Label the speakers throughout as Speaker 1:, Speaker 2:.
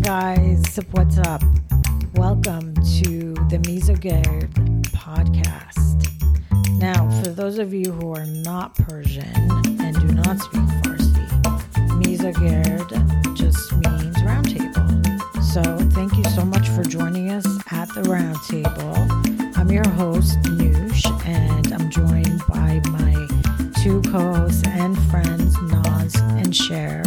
Speaker 1: guys, what's up? Welcome to the Mesogerd podcast. Now, for those of you who are not Persian and do not speak Farsi, Mesogerd just means roundtable. So, thank you so much for joining us at the roundtable. I'm your host, Noosh, and I'm joined by my two co hosts and friends, Nas and Cher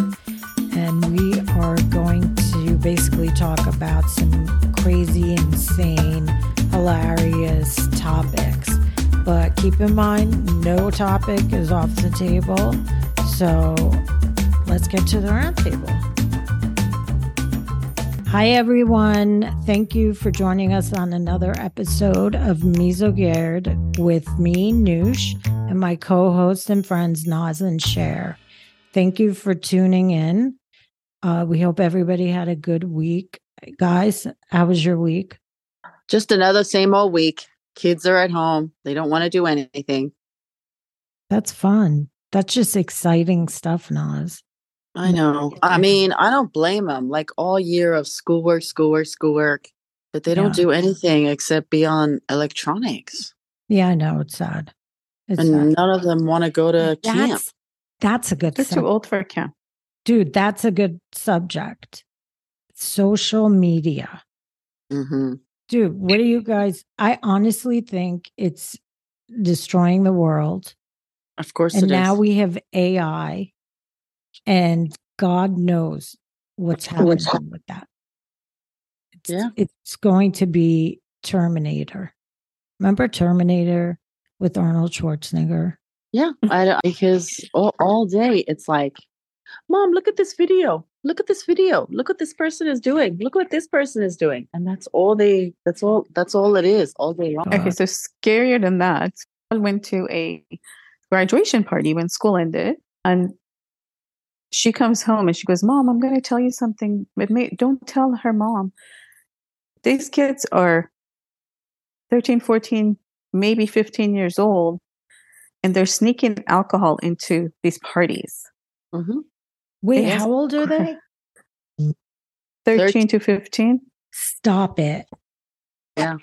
Speaker 1: and we are going to basically talk about some crazy, insane, hilarious topics. But keep in mind, no topic is off the table. So let's get to the roundtable. Hi, everyone. Thank you for joining us on another episode of Mesogerd with me, Noosh, and my co host and friends, Naz and Cher. Thank you for tuning in. Uh, we hope everybody had a good week. Guys, how was your week?
Speaker 2: Just another same old week. Kids are at home. They don't want to do anything.
Speaker 1: That's fun. That's just exciting stuff, Nas.
Speaker 2: I know. I mean, I don't blame them. Like all year of schoolwork, schoolwork, schoolwork, but they don't
Speaker 1: Yeah.
Speaker 2: do anything except be on electronics.
Speaker 1: Yeah, I know. It's sad. It's
Speaker 2: and
Speaker 1: sad.
Speaker 2: none of them want to go to camp.
Speaker 1: That's, that's a good
Speaker 3: They're
Speaker 1: sub-
Speaker 3: too old for a camp.
Speaker 1: Dude, that's a good subject. Social media.
Speaker 2: hmm
Speaker 1: Dude, what do you guys? I honestly think it's destroying the world.
Speaker 2: Of course
Speaker 1: and
Speaker 2: it
Speaker 1: now
Speaker 2: is.
Speaker 1: we have AI, and God knows what's happening
Speaker 2: What's
Speaker 1: with that. It's,
Speaker 2: Yeah.
Speaker 1: it's going to be Terminator. Remember Terminator with Arnold Schwarzenegger?
Speaker 2: yeah. I don't, because all, all day it's like, mom, look at this video. Look at this video. Look what this person is doing. Look what this person is doing. And that's all they, that's all, that's all it is all day long.
Speaker 1: Uh,
Speaker 3: Okay, so scarier than that, I went to a graduation party when school ended, and she comes home and she goes, "Mom, I'm going to tell you something, but may, don't tell her mom." These kids are 13, 14, maybe 15 years old, and they're sneaking alcohol into these parties. Mm-hmm.
Speaker 2: Mhm.
Speaker 1: Wait,
Speaker 3: It is-
Speaker 1: how old are they?
Speaker 3: 13 to 15.
Speaker 1: Stop it.
Speaker 2: Yeah.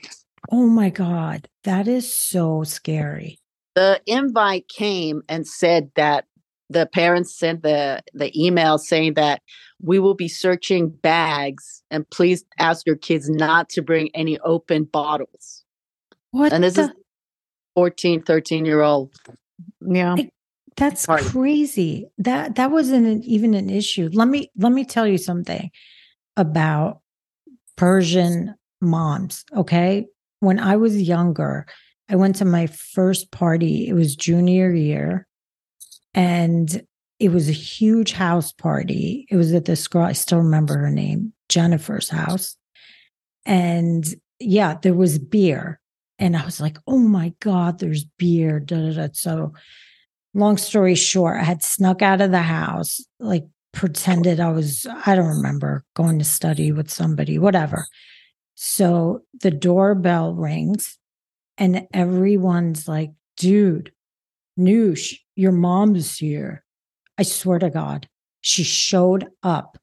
Speaker 1: Oh my God. That is so scary.
Speaker 2: the invite came and said that the parents sent the the email saying that we will be searching bags and please ask your kids not to bring any open bottles
Speaker 1: What?
Speaker 2: and this
Speaker 1: the-
Speaker 2: is 14 13 year old
Speaker 3: Yeah.
Speaker 1: That's
Speaker 2: Sorry.
Speaker 1: crazy. That that wasn't an, even an issue. Let me let me tell you something about Persian moms, okay? When I was younger, I went to my first party. It was junior year and it was a huge house party. It was at this girl, I still remember her name, Jennifer's house. And yeah, there was beer. And I was like, oh my God, there's beer. Da, da, da. So long story short, I had snuck out of the house, like pretended I was, I don't remember, going to study with somebody, whatever. So the doorbell rings and everyone's like, dude, Noosh, your mom is here. I swear to God, she showed up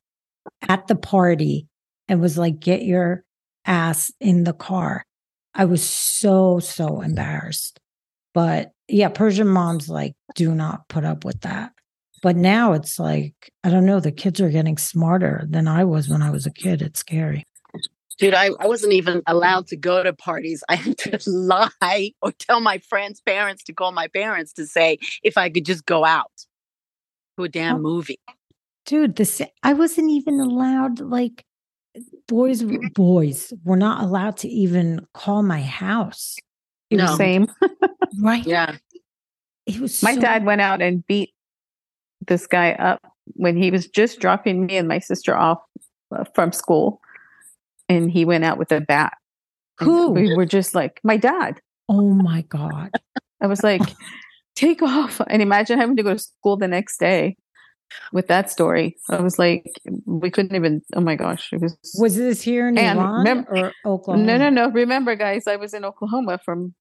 Speaker 1: at the party and was like, get your ass in the car. I was so, so embarrassed. But yeah, Persian moms like do not put up with that. But now it's like, I don't know, the kids are getting smarter than I was when I was a kid. It's scary.
Speaker 2: dude I, I wasn't even allowed to go to parties i had to lie or tell my friends parents to call my parents to say if i could just go out to a damn
Speaker 1: Oh.
Speaker 2: movie
Speaker 1: Dude, this I wasn't even allowed like boys boys were not allowed to even call my house. It
Speaker 2: No.
Speaker 1: was
Speaker 3: Same.
Speaker 1: right.
Speaker 2: yeah
Speaker 1: It was
Speaker 3: My
Speaker 1: so-
Speaker 3: dad went out and beat this guy up when he was just dropping me and my sister off uh, from school. And he went out with a bat. And
Speaker 1: who?
Speaker 3: We were just like, my dad.
Speaker 1: Oh my God.
Speaker 3: I was like, take off. And imagine having to go to school the next day with that story. I was like, we couldn't even, oh my gosh. It was,
Speaker 1: Was this here in
Speaker 3: And
Speaker 1: Iran
Speaker 3: remem-
Speaker 1: or Oklahoma?
Speaker 3: no, no, no. Remember, guys, I was in Oklahoma from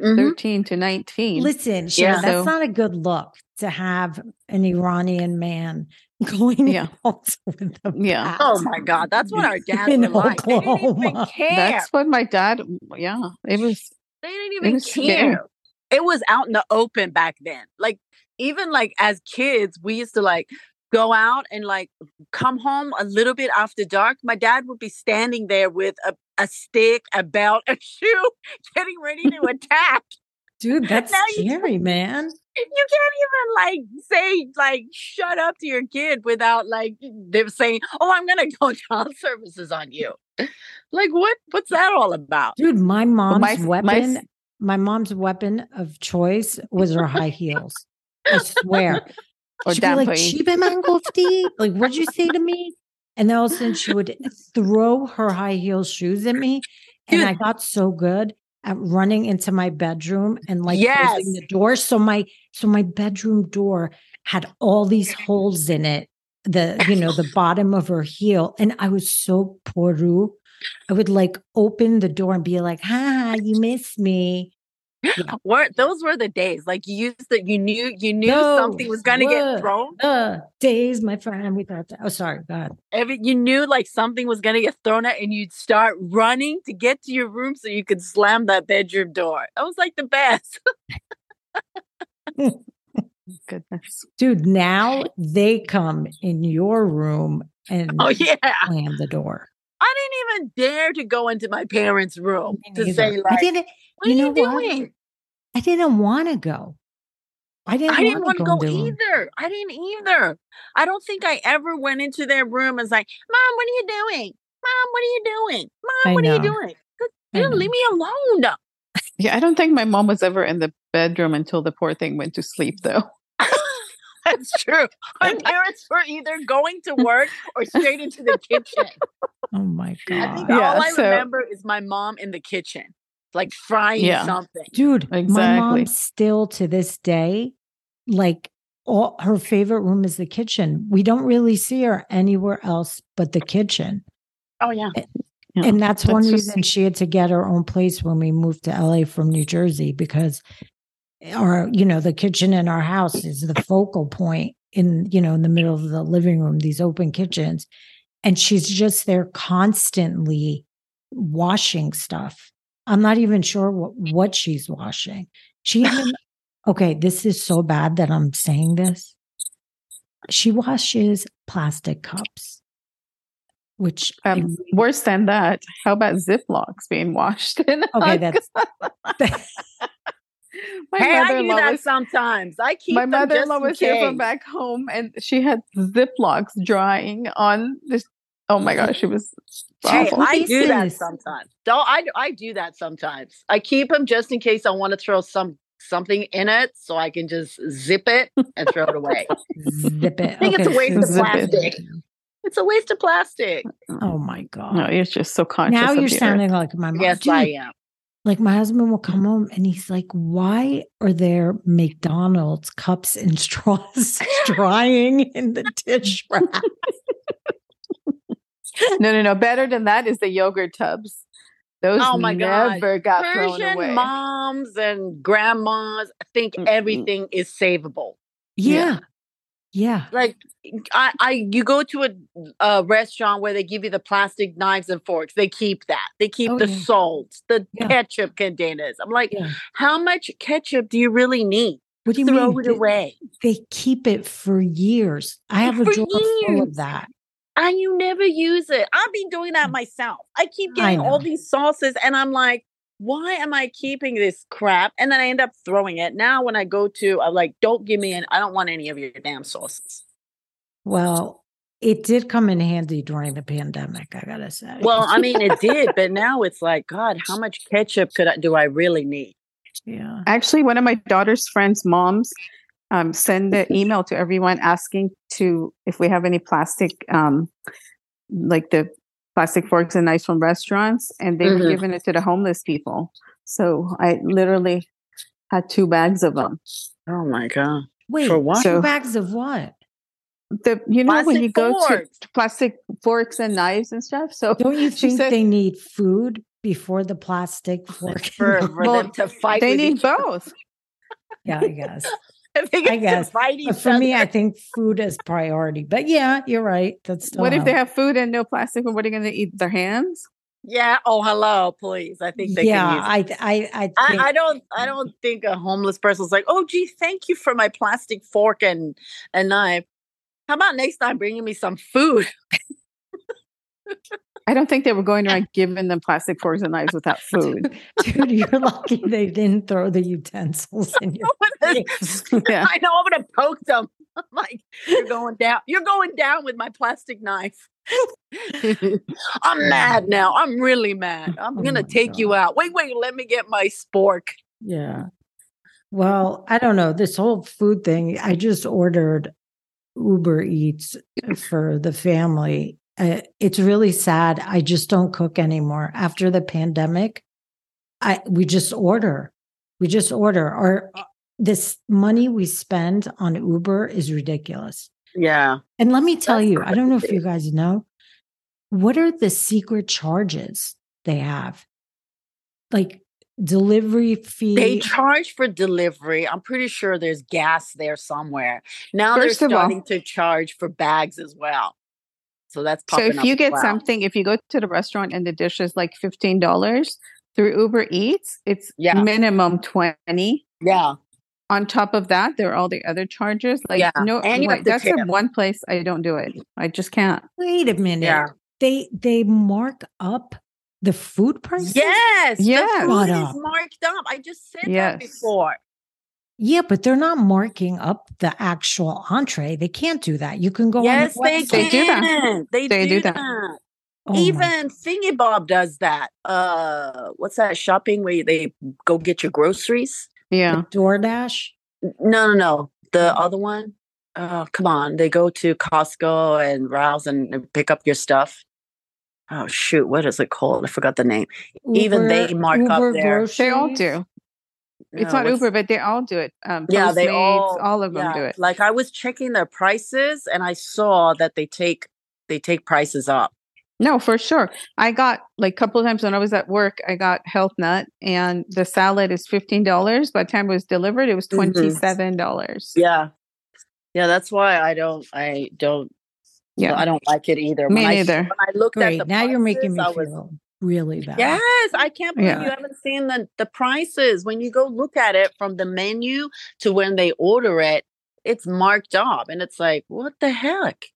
Speaker 2: Mhm.
Speaker 3: 13 to 19.
Speaker 1: Mm-hmm. Listen, Sharon,
Speaker 2: Yeah.
Speaker 1: that's
Speaker 3: So-
Speaker 1: not a good look. to have an Iranian man going
Speaker 3: Yeah.
Speaker 1: out with them.
Speaker 3: Yeah.
Speaker 2: Oh my God, that's what our dads
Speaker 1: In
Speaker 2: were like. They didn't even
Speaker 1: Oklahoma.
Speaker 2: care.
Speaker 3: That's what my dad. Yeah, it was.
Speaker 2: they didn't
Speaker 3: it
Speaker 2: even
Speaker 3: was scary.
Speaker 2: care. It was out in the open back then. Like even like as kids, we used to like go out and like come home a little bit after dark. My dad would be standing there with a, a stick, a belt, a shoe, getting ready to attack.
Speaker 1: Dude, that's
Speaker 2: Now you-
Speaker 1: scary, man.
Speaker 2: you can't even like say like shut up to your kid without like them saying, "Oh, I'm gonna go child services on you." Like what? What's that all about?
Speaker 1: Dude, my mom's
Speaker 3: my- my-
Speaker 1: weapon, my, mom's weapon of choice was her high heels. I swear.
Speaker 3: Or
Speaker 1: She'd be like,
Speaker 3: damper.
Speaker 1: "Chiba mangofti? Like, what'd you say to me? And then all of a sudden she would throw her high heel shoes at me. And
Speaker 2: Dude.
Speaker 1: I got so good at running into my bedroom and like
Speaker 2: Yes.
Speaker 1: closing the door. So my so my bedroom door had all these holes in it. The you know, the bottom of her heel. And I was so poru. I would like open the door and be like, ha, you miss me.
Speaker 2: Were those were the days? Like you used that you knew you knew something
Speaker 1: Those
Speaker 2: was gonna
Speaker 1: were-
Speaker 2: get thrown.
Speaker 1: Uh days, my friend. We thought oh sorry, God.
Speaker 2: Every you knew like something was gonna get thrown at, and you'd start running to get to your room so you could slam that bedroom door. That was like the best.
Speaker 3: goodness.
Speaker 1: Dude, now they come in your room and
Speaker 2: Oh yeah.
Speaker 1: slam the door.
Speaker 2: I didn't even dare to go into my parents' room
Speaker 1: Me
Speaker 2: Oh, to
Speaker 1: neither.
Speaker 2: say
Speaker 1: I
Speaker 2: like,
Speaker 1: didn't
Speaker 2: "What
Speaker 1: you
Speaker 2: are you
Speaker 1: know what?
Speaker 2: doing?"
Speaker 1: I didn't want to go. I didn't,
Speaker 2: I didn't want to go
Speaker 1: into them.
Speaker 2: either. I didn't either. I don't think I ever went into their room and was like, "Mom, what are you doing? Mom, what are you doing? Mom,
Speaker 1: I
Speaker 2: what are you
Speaker 1: know.
Speaker 2: doing?
Speaker 1: I
Speaker 2: Dude,
Speaker 1: know.
Speaker 2: leave me alone."
Speaker 3: Yeah, I don't think my mom was ever in the bedroom until the poor thing went to sleep, though.
Speaker 2: That's true. My parents were either going to work or straight into the kitchen.
Speaker 1: Oh my
Speaker 2: I
Speaker 1: god.
Speaker 2: think
Speaker 3: Yeah,
Speaker 2: all I
Speaker 3: so-
Speaker 2: remember is my mom in the kitchen, like frying
Speaker 3: Yeah.
Speaker 2: something.
Speaker 1: Dude, my
Speaker 3: Exactly.
Speaker 1: mom still to this day, like all her favorite room is the kitchen. We don't really see her anywhere else but the kitchen.
Speaker 2: Oh yeah.
Speaker 3: Yeah,
Speaker 1: and that's, one
Speaker 3: that's just-
Speaker 1: reason she had to get her own place when we moved to LA from New Jersey because our, you know, the kitchen in our house is the focal point in, you know, in the middle of the living room, these open kitchens. And she's just there constantly washing stuff. I'm not even sure what, what she's washing. She even, okay, this is so bad that I'm saying this. She washes plastic cups, which I
Speaker 3: Um, worse than that, how about Ziplocs being washed? In
Speaker 1: Okay, that's
Speaker 3: my
Speaker 2: hey, I do
Speaker 3: mother-in-law
Speaker 2: that
Speaker 3: was-
Speaker 2: sometimes. I keep
Speaker 3: my
Speaker 2: them just
Speaker 3: mother-in-law
Speaker 2: in
Speaker 3: was here from
Speaker 2: case.
Speaker 3: back home, and she had Ziplocs drying on this. Oh my gosh, it was
Speaker 2: Hey,
Speaker 1: Oh,
Speaker 3: awful.
Speaker 2: I do that
Speaker 1: Pieces.
Speaker 2: sometimes. Though I I do that sometimes. I keep them just in case I want to throw some something in it, so I can just zip it and throw it away.
Speaker 1: zip it. I
Speaker 2: think it's a waste
Speaker 3: of
Speaker 2: plastic. it's a waste of plastic.
Speaker 1: Oh my
Speaker 3: Mm. no,
Speaker 1: god!
Speaker 3: you're just so conscious.
Speaker 1: now
Speaker 3: of
Speaker 1: you're
Speaker 3: the earth.
Speaker 1: sounding like my mom.
Speaker 2: Yes,
Speaker 1: Dude,
Speaker 2: I am.
Speaker 1: like my husband will come home and he's like, "Why are there McDonald's cups and straws drying in the dish rack?"
Speaker 3: No, no, no. Better than that is the yogurt tubs. Those
Speaker 2: Oh my God.
Speaker 3: never got thrown away.
Speaker 2: Persian moms and grandmas think
Speaker 3: Mm-mm.
Speaker 2: everything is savable.
Speaker 1: Yeah,
Speaker 3: Yeah.
Speaker 1: yeah.
Speaker 2: Like I, I you go to a, a restaurant where they give you the plastic knives and forks. They keep that. They keep
Speaker 1: Oh,
Speaker 2: the
Speaker 1: yeah.
Speaker 2: salts, the
Speaker 1: Yeah.
Speaker 2: ketchup containers. I'm like,
Speaker 1: yeah.
Speaker 2: how much ketchup do you really need?
Speaker 1: What do you
Speaker 2: Throw
Speaker 1: mean?
Speaker 2: it away.
Speaker 1: They keep it for years. I have a
Speaker 2: For
Speaker 1: drawer full of
Speaker 2: years.
Speaker 1: that.
Speaker 2: And you never use it. I've been doing that myself. I keep
Speaker 1: Mm. I
Speaker 2: getting all
Speaker 1: know.
Speaker 2: these sauces and I'm like, why am I keeping this crap? And then I end up throwing it. Now when I go to, I'm like, don't give me an, I don't want any of your damn sauces.
Speaker 1: Well, it did come in handy during the pandemic. I gotta say.
Speaker 2: Well, I mean, it did, but now it's like, God, how much ketchup could I, do I really need?
Speaker 1: yeah.
Speaker 3: Actually, one of my daughter's friends' moms um, send
Speaker 2: Mm-hmm.
Speaker 3: an email to everyone asking to if we have any plastic, um, like the plastic forks and knives from restaurants, and they were
Speaker 2: Mhm.
Speaker 3: giving it to the homeless people. So I literally had two bags of them.
Speaker 2: Oh my God.
Speaker 1: Wait,
Speaker 2: what?
Speaker 1: two
Speaker 3: So-
Speaker 1: bags of what?
Speaker 3: The you know when you go to
Speaker 2: forks.
Speaker 3: plastic forks and knives and stuff. So
Speaker 1: Don't you
Speaker 3: She
Speaker 1: think
Speaker 3: said-
Speaker 1: they need food before the plastic fork?
Speaker 2: for, for
Speaker 3: Well,
Speaker 2: them to fight
Speaker 3: they
Speaker 2: with
Speaker 3: need
Speaker 2: each other.
Speaker 3: both.
Speaker 1: yeah, I guess.
Speaker 2: I think
Speaker 1: I
Speaker 2: it's
Speaker 1: guess.
Speaker 2: inviting
Speaker 1: But for me,
Speaker 2: each
Speaker 1: I
Speaker 2: other.
Speaker 1: think food is priority. But yeah, you're right. That's still
Speaker 3: what if they
Speaker 1: out.
Speaker 3: have food and no plastic? What are they going to eat? Their hands?
Speaker 2: yeah. Oh, hello, please. I think they
Speaker 1: yeah,
Speaker 2: can use.
Speaker 1: I, I, I, think,
Speaker 2: I, I don't I don't think a homeless person's like, oh gee, thank you for my plastic fork and and knife. How about next time bringing me some food?
Speaker 3: I don't think they were going around giving them plastic forks and knives without food.
Speaker 1: dude, you're lucky they didn't throw the utensils in your.
Speaker 3: Yeah.
Speaker 2: I know I'm gonna poke them. I'm like, you're going down. You're going down with my plastic knife. I'm mad now. I'm really mad. I'm
Speaker 1: Oh
Speaker 2: gonna
Speaker 1: my
Speaker 2: take you out. Wait, wait, let me get my spork.
Speaker 1: Yeah. Well, I don't know. This whole food thing, I just ordered Uber Eats for the family. Uh, it's really sad. I just don't cook anymore. After the pandemic, I we just order. We just order. Our uh, this money we spend on Uber is ridiculous.
Speaker 2: Yeah.
Speaker 1: And let me tell
Speaker 2: That's
Speaker 1: you, I don't know if
Speaker 2: crazy.
Speaker 1: you guys know, what are the secret charges they have? Like delivery fee.
Speaker 3: E
Speaker 2: They charge for delivery. I'm pretty sure there's gas there somewhere. Now
Speaker 3: First
Speaker 2: they're
Speaker 3: of all-
Speaker 2: starting to charge for bags as well. So that's
Speaker 3: So
Speaker 2: popping
Speaker 3: if
Speaker 2: up
Speaker 3: you
Speaker 2: as
Speaker 3: get
Speaker 2: well.
Speaker 3: something, if you go to the restaurant and the dish is like fifteen dollars through Uber Eats, it's
Speaker 2: Yeah.
Speaker 3: minimum twenty.
Speaker 2: yeah,
Speaker 3: On top of that, there are all the other charges. Like
Speaker 2: Yeah,
Speaker 3: no,
Speaker 2: and you
Speaker 3: way-
Speaker 2: have to
Speaker 3: that's the
Speaker 2: tip.
Speaker 3: one place I don't do it. I just can't.
Speaker 1: Wait a minute.
Speaker 2: yeah,
Speaker 1: They they mark up the food prices.
Speaker 2: yes,
Speaker 3: Yes.
Speaker 2: The food
Speaker 1: Shut
Speaker 2: is
Speaker 1: up.
Speaker 2: marked up. I just said that
Speaker 3: Yes.
Speaker 2: before.
Speaker 1: Yeah, but they're not marking up the actual entree. They can't do that. You can go
Speaker 2: yes,
Speaker 1: on their
Speaker 2: they
Speaker 1: website.
Speaker 2: can.
Speaker 3: They do that.
Speaker 2: They,
Speaker 3: They
Speaker 2: do
Speaker 3: do
Speaker 2: that.
Speaker 3: that.
Speaker 1: Oh my-
Speaker 2: Even Thingy Bob does that. Uh, what's that shopping where they go get your groceries?
Speaker 3: Yeah,
Speaker 1: DoorDash.
Speaker 2: No, no, no. The other one. Oh, come on. They go to Costco and Rouse and and pick up your stuff. Oh shoot, what is it called? I forgot the name. Even they mark up their-
Speaker 3: they all
Speaker 1: groceries.
Speaker 3: do. It's
Speaker 2: No,
Speaker 3: not
Speaker 2: what's-
Speaker 3: Uber, but they all do it. Um,
Speaker 2: Yeah, they
Speaker 3: Postmates,
Speaker 2: all-
Speaker 3: all, of them
Speaker 2: yeah,
Speaker 3: do it.
Speaker 2: Like I was checking their prices and I saw that they take they take prices up.
Speaker 3: No, for sure. I got like a couple of times when I was at work, I got Health Nut and the salad is $15. By the time it was delivered, it was
Speaker 2: Mhm.
Speaker 3: $27. dollars
Speaker 2: Yeah. Yeah, that's why I don't I don't
Speaker 3: Yeah.
Speaker 2: I don't like it either.
Speaker 3: Me
Speaker 2: when I,
Speaker 3: neither.
Speaker 2: when I looked at the
Speaker 1: Great. Now you're making me
Speaker 2: prices, I was-
Speaker 1: feel really bad.
Speaker 2: Yes, I can't believe
Speaker 3: Yeah.
Speaker 2: you haven't seen the, the prices. When you go look at it from the menu to when they order it, it's marked up and it's like, what the heck?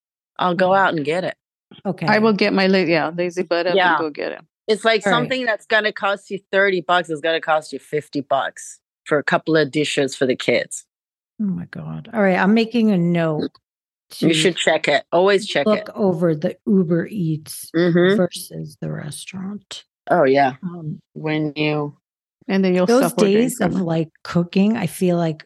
Speaker 2: I'll go
Speaker 1: Mhm.
Speaker 2: out and get it.
Speaker 1: Okay.
Speaker 3: I will get my la- yeah, lazy butt up
Speaker 2: Yeah.
Speaker 3: and go get it.
Speaker 2: It's like
Speaker 1: Right.
Speaker 2: something that's gonna cost you 30 bucks is gonna cost you 50 bucks for a couple of dishes for the kids.
Speaker 1: Oh my god. All right. I'm making a note. To
Speaker 2: You
Speaker 1: Mm-hmm.
Speaker 2: should check it. Always check
Speaker 1: look
Speaker 2: it.
Speaker 1: over the Uber Eats
Speaker 2: hmm
Speaker 1: versus the restaurant.
Speaker 2: Oh yeah.
Speaker 1: Um,
Speaker 2: When you
Speaker 3: And then you'll
Speaker 1: those
Speaker 3: stop ordering
Speaker 1: days of
Speaker 3: from it.
Speaker 1: like cooking, I feel like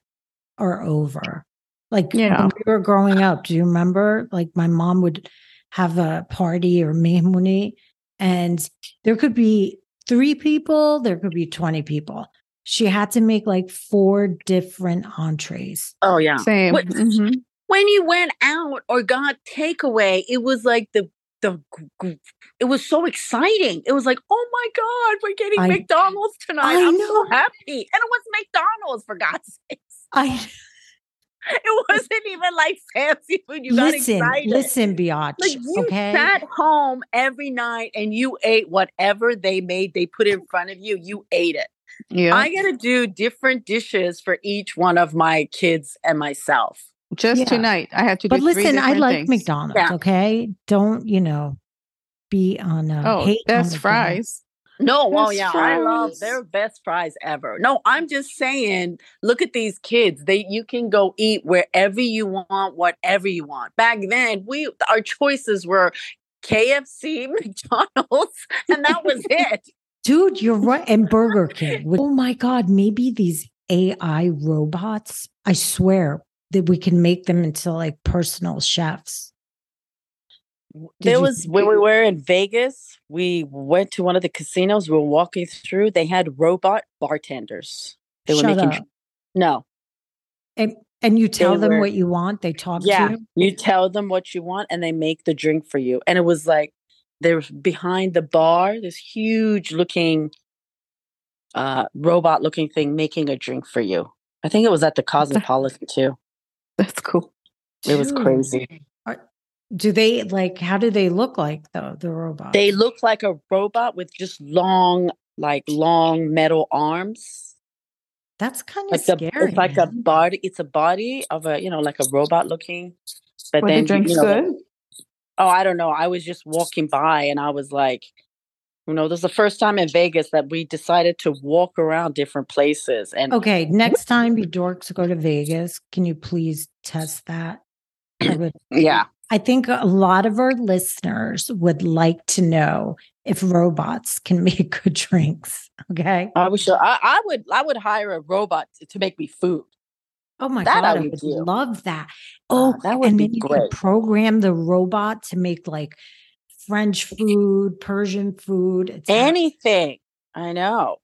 Speaker 1: are over. Like
Speaker 3: Yeah.
Speaker 1: when we were growing up, do you remember? Like my mom would have a party or mehmuni, and there could be three people, there could be 20 people. She had to make like four different entrees.
Speaker 2: Oh yeah.
Speaker 3: Same.
Speaker 2: What-
Speaker 1: mm-hmm.
Speaker 3: Mhm.
Speaker 2: when you went out or got takeaway, it was like the the g- g- it was so exciting. It was like, oh my god, we're getting
Speaker 1: I-
Speaker 2: McDonald's tonight.
Speaker 1: I
Speaker 2: I'm
Speaker 1: know.
Speaker 2: so happy, and it was McDonald's for God's sakes.
Speaker 1: I
Speaker 2: It wasn't even like fancy food. You
Speaker 1: listen,
Speaker 2: got excited.
Speaker 1: listen, Biatch.
Speaker 2: Like you
Speaker 1: okay.
Speaker 2: sat home every night and you ate whatever they made, they put in front of you. You ate it.
Speaker 3: Yeah.
Speaker 2: I got to do different dishes for each one of my kids and myself.
Speaker 3: Just
Speaker 1: Yeah.
Speaker 3: tonight, I had to do
Speaker 1: but
Speaker 3: three
Speaker 1: listen, I
Speaker 3: different
Speaker 1: like
Speaker 3: things.
Speaker 1: McDonald's.
Speaker 2: Yeah.
Speaker 1: Okay, don't you know? Be on a
Speaker 3: Oh,
Speaker 1: hate on
Speaker 3: that's
Speaker 1: McDonald's.
Speaker 3: fries.
Speaker 2: No, well,
Speaker 3: Best
Speaker 2: yeah, I love
Speaker 3: fries.
Speaker 2: their best fries ever. No, I'm just saying, look at these kids. They you can go eat wherever you want, whatever you want. Back then, we our choices were KFC, McDonald's, and that was it.
Speaker 1: Dude, you're right. And Burger King. Which- oh my God, maybe these AI robots, I swear that we can make them into like personal chefs. Did
Speaker 2: there
Speaker 1: you-
Speaker 2: was when we were in Vegas, we went to one of the casinos, we were walking through, they had robot bartenders. They were
Speaker 1: Shut
Speaker 2: making
Speaker 1: up.
Speaker 2: no.
Speaker 1: And, and you tell them
Speaker 2: were-
Speaker 1: what you want, they talk
Speaker 2: Yeah.
Speaker 1: to you.
Speaker 2: You tell them what you want and they make the drink for you. And it was like there's behind the bar, this huge looking uh robot looking thing making a drink for you. I think it was at the Cosmopolitan too.
Speaker 3: That's cool.
Speaker 2: It was
Speaker 1: Dude.
Speaker 2: crazy.
Speaker 1: Do they like? How do they look like though? The robot.
Speaker 2: They look like a robot with just long, like long metal arms.
Speaker 1: That's kind of
Speaker 2: Like the,
Speaker 1: scary.
Speaker 2: it's like a
Speaker 1: man.
Speaker 2: body. It's a body of a you know like a robot looking. But
Speaker 3: Were
Speaker 2: then
Speaker 3: the drinks
Speaker 2: you know,
Speaker 3: good?
Speaker 2: oh I don't know. I was just walking by and I was like, you know, this is the first time in Vegas that we decided to walk around different places and
Speaker 1: Okay, next time you dorks go to Vegas, can you please test that? I would.
Speaker 2: yeah.
Speaker 1: I think a lot of our listeners would like to know if robots can make good drinks. Okay.
Speaker 2: I wish I, I would I would hire a robot to, to make me food.
Speaker 1: Oh my
Speaker 2: That I
Speaker 1: god, I
Speaker 2: would
Speaker 1: would
Speaker 2: do. Uh,
Speaker 1: love that. Oh,
Speaker 2: that would
Speaker 1: and
Speaker 2: be
Speaker 1: then you could
Speaker 2: great.
Speaker 1: program the robot to make like French food, Persian food, Italian-
Speaker 2: Anything. I know.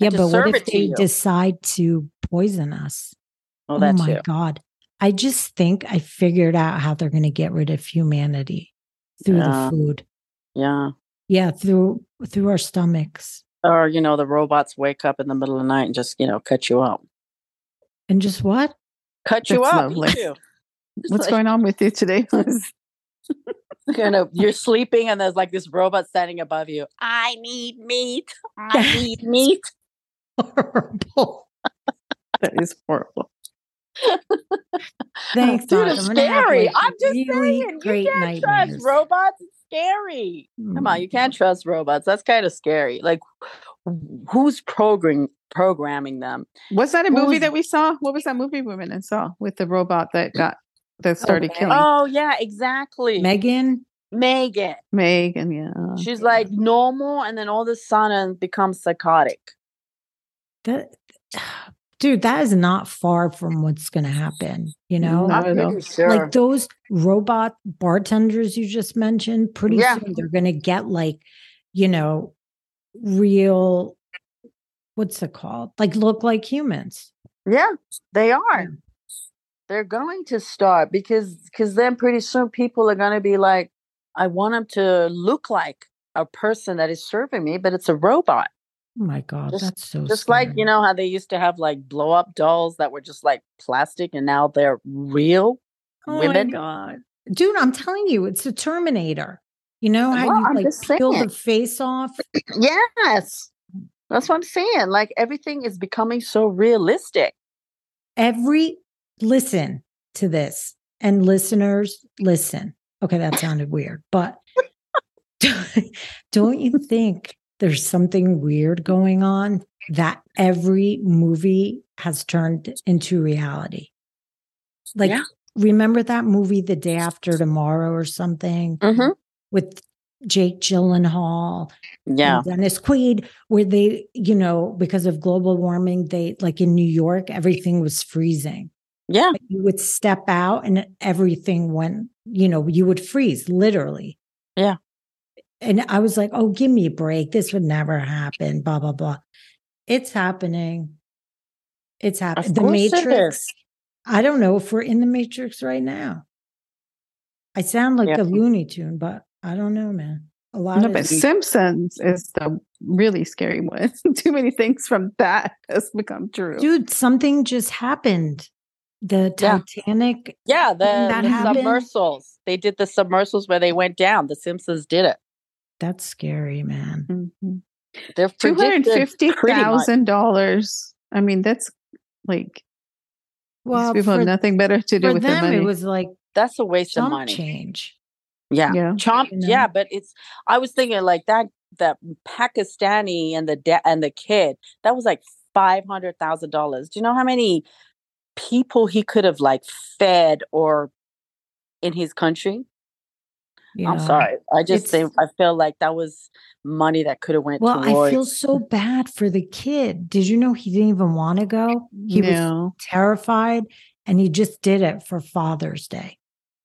Speaker 1: Yeah,
Speaker 2: to
Speaker 1: but
Speaker 2: serve
Speaker 1: what if
Speaker 2: it to
Speaker 1: they
Speaker 2: you.
Speaker 1: decide to poison us?
Speaker 2: Well, that
Speaker 1: oh my
Speaker 2: too.
Speaker 1: god! I just think I figured out how they're going to get rid of humanity through
Speaker 2: Yeah.
Speaker 1: the food.
Speaker 2: Yeah.
Speaker 1: Yeah, through through our stomachs
Speaker 2: Or you know, the robots wake up in the middle of the night and just you know cut you up,
Speaker 1: and just what?
Speaker 2: cut you
Speaker 3: That's
Speaker 2: up.
Speaker 3: lovely.
Speaker 2: eat you. It's
Speaker 3: What's
Speaker 2: like,
Speaker 3: going on with you today? Liz?
Speaker 2: You know, you're sleeping and there's like this robot standing above you. I need meat. I need meat. Oh,
Speaker 1: Horrible.
Speaker 3: that is horrible.
Speaker 1: Thanks,
Speaker 2: Uh, Dude,
Speaker 1: Dawn.
Speaker 2: it's
Speaker 1: I'm gonna have,
Speaker 2: scary.
Speaker 1: like,
Speaker 2: I'm just
Speaker 1: really
Speaker 2: saying,
Speaker 1: Great
Speaker 2: you can't
Speaker 1: nightmares. Mm. Mm-hmm.
Speaker 2: trust robots. It's scary. Come on, you can't trust robots. That's kind of scary. Like, wh- who's programming programming them?
Speaker 3: Was that a
Speaker 2: What
Speaker 3: movie
Speaker 2: was-
Speaker 3: that we saw? What was that movie we went and saw with the robot that got that started
Speaker 1: Meg-
Speaker 3: killing
Speaker 2: Oh yeah, exactly.
Speaker 1: Megan.
Speaker 2: Megan.
Speaker 3: Meg and
Speaker 1: Oh,
Speaker 3: yeah?
Speaker 2: She's like normal, and then all of a sudden becomes psychotic.
Speaker 1: That, dude, that is not far from what's going to happen. You know,
Speaker 3: Not at all.
Speaker 2: sure.
Speaker 1: like those robot bartenders you just mentioned. Pretty
Speaker 2: Yeah.
Speaker 1: soon they're going to get like, you know, real. What's it called? Like look like humans.
Speaker 2: yeah, they are.
Speaker 1: Yeah.
Speaker 2: They're going to start because because then pretty soon people are going to be like, I want them to look like a person that is serving me, but it's a robot.
Speaker 1: Oh my god,
Speaker 2: Just-
Speaker 1: that's so.
Speaker 2: Just like you
Speaker 1: scary.
Speaker 2: know how they used to have like blow up dolls that were just like plastic, and now they're real.
Speaker 1: Oh
Speaker 2: women.
Speaker 1: my god, dude! I'm telling you, it's the Terminator. You know how
Speaker 2: Well,
Speaker 1: you
Speaker 2: I'm
Speaker 1: like
Speaker 2: just
Speaker 1: peel
Speaker 2: saying.
Speaker 1: the face off.
Speaker 2: Yes, that's what I'm saying. Like everything is becoming so realistic.
Speaker 1: every listen to this and listeners listen okay that sounded weird but don't you think there's something weird going on that every movie has turned into reality like
Speaker 2: Yeah.
Speaker 1: remember that movie the day after tomorrow or something
Speaker 2: Mm-hmm.
Speaker 1: with jake gyllenhaal
Speaker 2: Yeah.
Speaker 1: and Dennis Quaid, where they, you know, because of global warming, they like in New York, everything was freezing.
Speaker 2: Yeah.
Speaker 1: But you would step out and everything went, you know, you would freeze literally.
Speaker 2: Yeah.
Speaker 1: And I was like, oh, give me a break. This would never happen, blah, blah, blah. It's happening. It's happening.
Speaker 2: Of
Speaker 1: The
Speaker 2: course it
Speaker 1: Matrix.
Speaker 2: is.
Speaker 1: I don't know if we're in the Matrix right now. I sound like
Speaker 2: Yeah.
Speaker 1: a Looney Tune, but I don't know, man. A lot
Speaker 3: No,
Speaker 1: of
Speaker 3: but Simpsons is the really scary one. Too many things from that has become true.
Speaker 1: dude something just happened the
Speaker 2: Yeah.
Speaker 1: titanic
Speaker 2: Yeah, the,
Speaker 1: that
Speaker 2: the
Speaker 1: happen?
Speaker 2: submersals. They did the submersals where they went down. The Simpsons did it.
Speaker 1: that's scary
Speaker 2: Hmm.
Speaker 1: man
Speaker 3: Mhm.
Speaker 2: They're
Speaker 3: Two hundred fifty
Speaker 2: predicted pretty much.
Speaker 3: thousand dollars. I mean, that's like
Speaker 1: well
Speaker 3: these people
Speaker 1: for,
Speaker 3: have nothing better to do
Speaker 1: for
Speaker 3: with their
Speaker 1: them
Speaker 3: money.
Speaker 1: it was like
Speaker 2: That's a waste of
Speaker 1: some
Speaker 2: money.
Speaker 1: change
Speaker 2: Yeah.
Speaker 3: yeah.
Speaker 2: Chomp.
Speaker 1: You know?
Speaker 2: Yeah, but it's I was thinking like that that Pakistani and the da- and the kid, that was like five hundred thousand dollars. Do you know how many people he could have like fed or in his country?
Speaker 1: you
Speaker 2: I'm
Speaker 1: know?
Speaker 2: sorry. I just
Speaker 1: It's-
Speaker 2: think I feel like that was money that could have went
Speaker 1: well i
Speaker 2: towards
Speaker 1: feel so bad for the kid did you know he didn't even want to go he was
Speaker 3: no.
Speaker 1: terrified and he just did it for father's day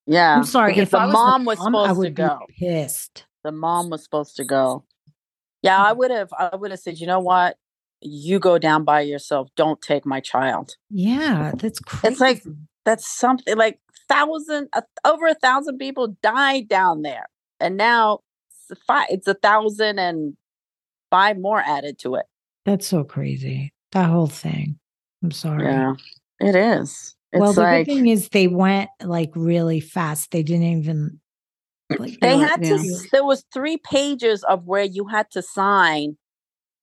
Speaker 2: yeah.
Speaker 1: i'm sorry
Speaker 2: because
Speaker 1: if
Speaker 2: the
Speaker 1: I was
Speaker 2: mom was
Speaker 1: mom, I
Speaker 2: supposed to
Speaker 1: would be
Speaker 2: go.
Speaker 1: pissed
Speaker 2: the mom was supposed to go. Yeah,
Speaker 1: Mm.
Speaker 2: I would have I would have said, you know what? You go down by yourself. Don't take my child.
Speaker 1: yeah that's crazy
Speaker 2: It's like- That's something like thousand a, over a thousand people died down there. And now it's five it's a thousand and five more added to it.
Speaker 1: that's so crazy that whole thing I'm sorry.
Speaker 3: Yeah, it is. It's
Speaker 1: well, the
Speaker 3: like
Speaker 1: good thing is they went like really fast. They didn't even. Like,
Speaker 2: They
Speaker 1: were-
Speaker 2: had to. s- There was three pages of where you had to sign.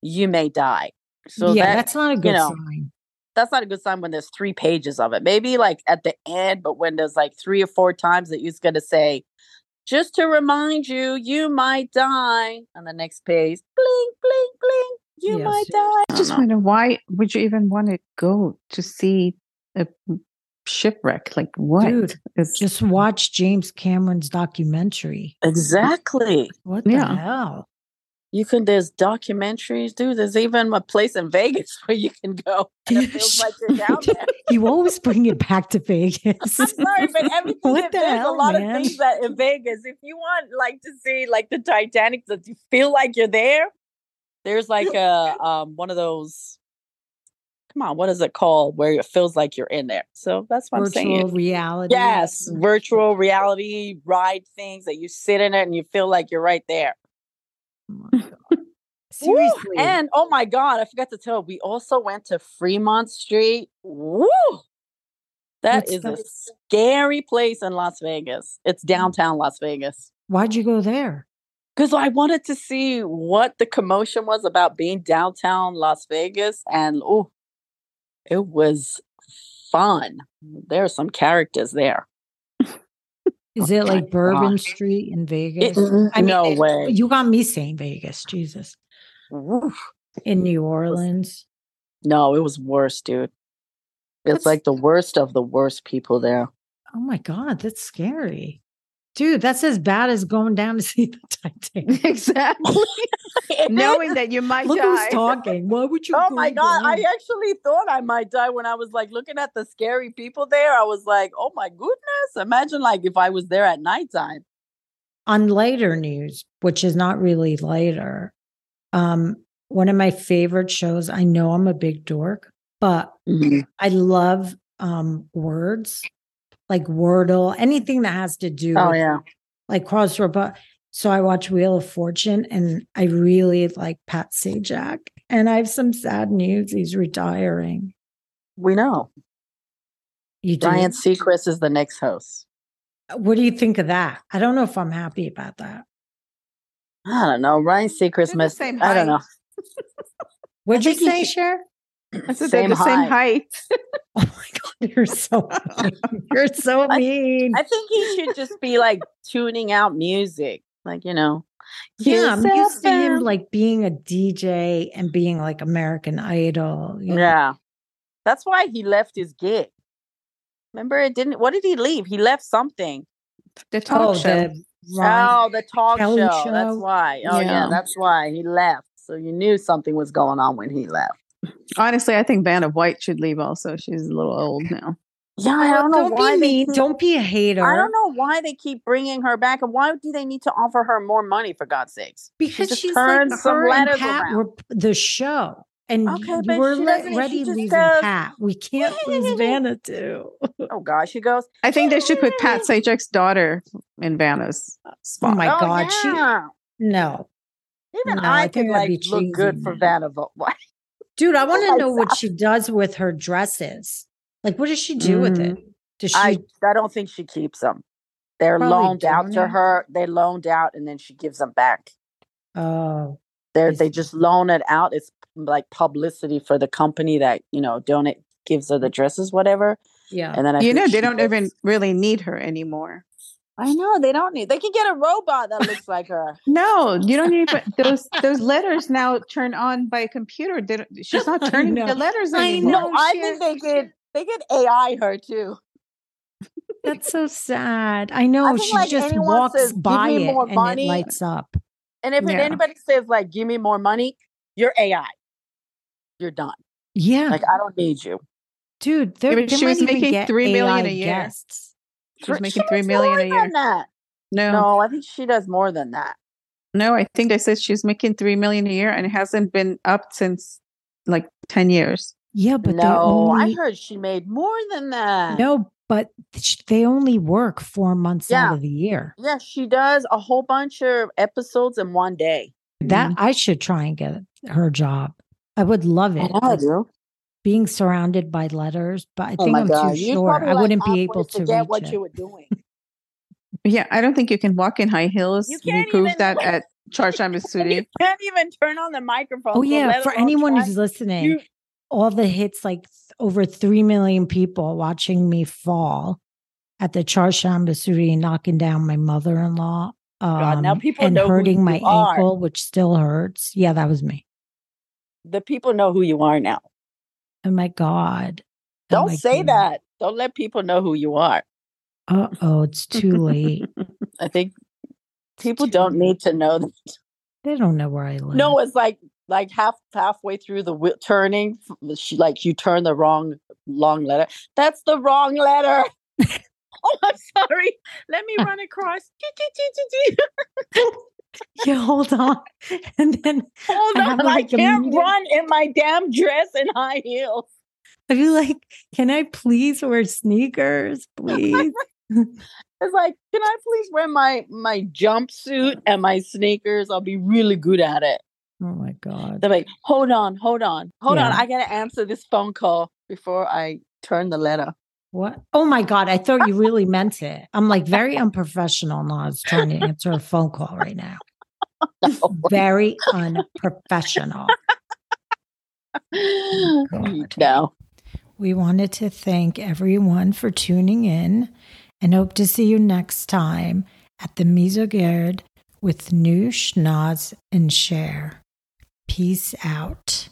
Speaker 2: You may die. So
Speaker 1: yeah,
Speaker 2: that, that's
Speaker 1: that's not a good
Speaker 2: know,
Speaker 1: sign.
Speaker 2: that's not a good sign when there's three pages of it. Maybe like at the end, but when there's like three or four times that you're going to say, just to remind you, you might die. On the next page, bling, bling, bling, you
Speaker 1: Yeah,
Speaker 2: might
Speaker 1: seriously.
Speaker 2: die.
Speaker 3: I just
Speaker 2: know.
Speaker 3: wonder why would you even want to go to see a shipwreck? Like what?
Speaker 1: Dude,
Speaker 3: It's-
Speaker 1: Just watch James Cameron's documentary.
Speaker 2: Exactly.
Speaker 1: What the
Speaker 3: Yeah.
Speaker 1: hell?
Speaker 2: You can, there's documentaries, dude. There's even a place in Vegas where you can go. And it feels like you're down there.
Speaker 1: you always bring it back to Vegas.
Speaker 2: I'm sorry, but everything
Speaker 1: What
Speaker 2: in-
Speaker 1: the
Speaker 2: there's
Speaker 1: hell,
Speaker 2: a lot
Speaker 1: man?
Speaker 2: of things that in Vegas. If you want like to see like the Titanic, that you feel like you're there. There's like a um one of those. Come on, what is it called? Where it feels like you're in there. So that's what I'm
Speaker 1: Virtual
Speaker 2: saying.
Speaker 1: reality. Oh
Speaker 2: Yes, virtual reality ride things that you sit in it and you feel like you're right there.
Speaker 1: Oh my God.
Speaker 2: Woo!
Speaker 1: Seriously.
Speaker 2: And oh my God, I forgot to tell. We also went to Fremont Street. Woo! That
Speaker 1: What's
Speaker 2: is
Speaker 1: that?
Speaker 2: a scary place in Las Vegas. It's downtown Las Vegas.
Speaker 1: Why'd you go there?
Speaker 2: Because I wanted to see what the commotion was about being downtown Las Vegas. And oh, it was fun. There are some characters there.
Speaker 1: Is it
Speaker 2: Oh my
Speaker 1: like Bourbon
Speaker 2: gosh.
Speaker 1: Street in Vegas?
Speaker 2: It- mm,
Speaker 1: I mean,
Speaker 2: no
Speaker 1: it-
Speaker 2: way.
Speaker 1: You got me saying Vegas, Jesus.
Speaker 2: Oof.
Speaker 1: In New Orleans.
Speaker 2: No, it was worse, dude. It's
Speaker 1: What's-
Speaker 2: like the worst of the worst people there.
Speaker 1: Oh my God, that's scary. Dude, that's as bad as going down to see the Titanic.
Speaker 3: exactly. Knowing that you might
Speaker 1: Look who's
Speaker 3: die.
Speaker 1: talking. Why would you?
Speaker 2: Oh my
Speaker 1: go
Speaker 2: god! I
Speaker 1: down?
Speaker 2: actually thought I might die when I was like looking at the scary people there. I was like, "Oh my goodness!" Imagine like if I was there at nighttime.
Speaker 1: On later news, which is not really later, um, one of my favorite shows. I know I'm a big dork, but I love um words like Wordle, anything that has to do
Speaker 2: Oh
Speaker 1: with
Speaker 2: yeah,
Speaker 1: like crossword. But so I watch Wheel of Fortune and I really like Pat Sajak. And I have some sad news. He's retiring.
Speaker 2: we know.
Speaker 1: You do?
Speaker 2: Ryan Seacrest is the next host.
Speaker 1: What do you think of that? I don't know if I'm happy about that.
Speaker 2: I don't know. Ryan Seacrest
Speaker 3: the
Speaker 2: must.
Speaker 3: same
Speaker 2: I don't know.
Speaker 3: height.
Speaker 1: What'd you
Speaker 2: think
Speaker 1: say,
Speaker 2: he should-
Speaker 1: Cher?
Speaker 3: I said they're the same height.
Speaker 1: Oh my god, you're so mean. you're so
Speaker 2: I-
Speaker 1: mean.
Speaker 2: I think he should just be like tuning out music, like you know.
Speaker 1: yeah, I'm used to him
Speaker 2: Yourself
Speaker 1: like being a DJ and being like American Idol. you
Speaker 2: out.
Speaker 1: know?
Speaker 2: Yeah, that's why he left his gig. Remember, it didn't. What did he leave? He left something.
Speaker 3: The talk
Speaker 1: oh,
Speaker 3: show.
Speaker 1: the Ryan.
Speaker 2: Oh, the talk
Speaker 1: Kelly
Speaker 2: show. That's
Speaker 1: show.
Speaker 2: why. Oh, yeah.
Speaker 3: Yeah.
Speaker 2: that's why he left. So you knew something was going on when he left.
Speaker 3: Honestly, I think Vanna White should leave also. She's a little old now.
Speaker 2: Yeah, I don't know
Speaker 1: don't
Speaker 2: why
Speaker 1: be
Speaker 2: they
Speaker 1: mean.
Speaker 2: keep-
Speaker 1: Don't be a hater.
Speaker 2: I don't know why they keep bringing her back, and why do they need to offer her more money for God's sakes?
Speaker 1: because
Speaker 2: just
Speaker 1: she's
Speaker 2: turned
Speaker 1: like
Speaker 2: some
Speaker 1: her and
Speaker 2: letters
Speaker 1: Pat
Speaker 2: around.
Speaker 1: were p- the show, and
Speaker 2: Okay,
Speaker 1: y-
Speaker 2: but
Speaker 1: we're
Speaker 2: she
Speaker 1: le-
Speaker 2: doesn't- she
Speaker 1: already
Speaker 2: just
Speaker 1: losing
Speaker 2: does-
Speaker 1: Pat. We can't lose Vanna too.
Speaker 2: Oh gosh, she goes.
Speaker 3: I think they should put Pat Sajak's daughter in Vanna's spot.
Speaker 1: Oh my
Speaker 2: oh
Speaker 1: God, she-
Speaker 2: yeah.
Speaker 1: No,
Speaker 2: Even
Speaker 1: No, I
Speaker 2: I,
Speaker 1: think
Speaker 2: could
Speaker 1: that'd
Speaker 2: like
Speaker 1: be
Speaker 2: look good
Speaker 1: cheesy,
Speaker 2: for
Speaker 1: man.
Speaker 2: Vannevolt.
Speaker 1: dude, I want to
Speaker 2: Oh my
Speaker 1: know what she does with her dresses. Like, what does she do with it? Does she?
Speaker 2: Mm-hmm. I I don't think she keeps them. They're
Speaker 1: Probably
Speaker 2: loaned out to
Speaker 1: donate.
Speaker 2: her. They loaned out, and then she gives them back.
Speaker 1: oh, I
Speaker 2: they they
Speaker 1: see.
Speaker 2: just loan it out. It's like publicity for the company that you know donate gives her the dresses, whatever.
Speaker 1: yeah.
Speaker 2: And then I
Speaker 3: Mm. Uh, You
Speaker 2: think
Speaker 3: know,
Speaker 2: she
Speaker 3: they don't
Speaker 2: gives-
Speaker 3: even really need her anymore.
Speaker 2: I know they don't need. They can get a robot that looks like her.
Speaker 3: No, you don't even those those letters now turn on by computer. They don't, she's not
Speaker 1: I
Speaker 3: turning
Speaker 1: know.
Speaker 3: the letters
Speaker 1: I
Speaker 3: anymore.
Speaker 2: No,
Speaker 1: know,
Speaker 2: I
Speaker 1: she
Speaker 2: think
Speaker 1: is-
Speaker 2: they could they could AI her too.
Speaker 1: That's so sad. I know
Speaker 2: think,
Speaker 1: she
Speaker 2: like,
Speaker 1: just
Speaker 2: anyone
Speaker 1: walks
Speaker 2: says, "Give
Speaker 1: by
Speaker 2: me
Speaker 1: it
Speaker 2: more
Speaker 1: and
Speaker 2: money,"
Speaker 1: it lights up.
Speaker 2: And if it-
Speaker 3: Yeah.
Speaker 2: anybody says like, "Give me more money," you're AI. You're done.
Speaker 1: Yeah,
Speaker 2: Like I don't need you.
Speaker 1: dude, they're,
Speaker 3: but
Speaker 1: they
Speaker 3: she was
Speaker 1: might even
Speaker 3: making
Speaker 1: get
Speaker 3: $3 million a
Speaker 1: AI
Speaker 3: year.
Speaker 1: Guests.
Speaker 3: She was
Speaker 2: Thr-
Speaker 3: making
Speaker 2: she
Speaker 3: three
Speaker 2: makes
Speaker 3: million
Speaker 2: more
Speaker 3: a year.
Speaker 2: than that.
Speaker 3: No, no,
Speaker 2: No, I think she does more than that.
Speaker 3: I think they said she's making three million a year and it hasn't been up since like ten years.
Speaker 1: Yeah, but they
Speaker 2: no,
Speaker 1: only
Speaker 2: I heard she made more than that.
Speaker 1: no, but sh- they only work four months
Speaker 2: Yeah.
Speaker 1: out of the year.
Speaker 2: Yeah, she does a whole bunch of episodes in one day. Mm-hmm.
Speaker 1: That I should try and get her job. I would love it like,
Speaker 2: do.
Speaker 1: being surrounded by letters, but I
Speaker 2: Oh
Speaker 1: think
Speaker 2: my
Speaker 1: I'm
Speaker 2: God.
Speaker 1: too
Speaker 2: You'd
Speaker 1: short.
Speaker 2: probably,
Speaker 1: I
Speaker 2: like,
Speaker 1: wouldn't be
Speaker 2: halfway
Speaker 1: able to
Speaker 2: forget
Speaker 1: reach
Speaker 2: what
Speaker 1: it.
Speaker 2: you were doing.
Speaker 3: Yeah, I don't think you can walk in high heels.
Speaker 2: You
Speaker 3: we
Speaker 2: can't
Speaker 3: proved
Speaker 2: even-
Speaker 3: that at Charsham
Speaker 2: you
Speaker 3: Masudi.
Speaker 2: can't even turn on the microphone.
Speaker 1: Oh
Speaker 2: so
Speaker 1: yeah,
Speaker 2: let
Speaker 1: for
Speaker 2: alone
Speaker 1: anyone
Speaker 2: try.
Speaker 1: who's listening,
Speaker 2: You-
Speaker 1: all the hits like th- over 3 million people watching me fall at the Charsham Basuri knocking down my mother-in-law
Speaker 2: God, now
Speaker 1: um,
Speaker 2: people
Speaker 1: and
Speaker 2: know who
Speaker 1: hurting
Speaker 2: you
Speaker 1: my
Speaker 2: are.
Speaker 1: ankle which still hurts. Yeah, that was me.
Speaker 2: the people know who you are now.
Speaker 1: Oh my god. Oh,
Speaker 2: Don't
Speaker 1: my
Speaker 2: say
Speaker 1: God.
Speaker 2: that. Don't let people know who you are.
Speaker 1: Uh-oh, it's too late.
Speaker 2: I think
Speaker 1: It's
Speaker 2: people
Speaker 1: too
Speaker 2: don't
Speaker 1: late.
Speaker 2: need to know. That.
Speaker 1: They don't know where I live.
Speaker 2: No, it's like like half halfway through the wi- turning, f- she, like you turn the wrong long letter. That's the wrong letter. oh, I'm sorry. Let me run across.
Speaker 1: you hold on. And then
Speaker 2: Hold
Speaker 1: I have,
Speaker 2: on, Oh, I
Speaker 1: like, a
Speaker 2: can't
Speaker 1: meeting.
Speaker 2: run in my damn dress and high heels.
Speaker 1: I'd be like, can I please wear sneakers, please?
Speaker 2: It's like, can I please wear my my jumpsuit and my sneakers? I'll be really good at it.
Speaker 1: oh my God.
Speaker 2: They're like, hold on, hold on, hold on.
Speaker 1: Yeah.
Speaker 2: I gotta answer this phone call before I turn the letter.
Speaker 1: What? Oh my God. I thought you really meant it. I'm like very unprofessional. No, I was trying to answer a phone call right now. Very unprofessional. Oh God.
Speaker 2: no.
Speaker 1: We wanted to thank everyone for tuning in and hope to see you next time at the Misogerd with new schnoz and share. Peace out.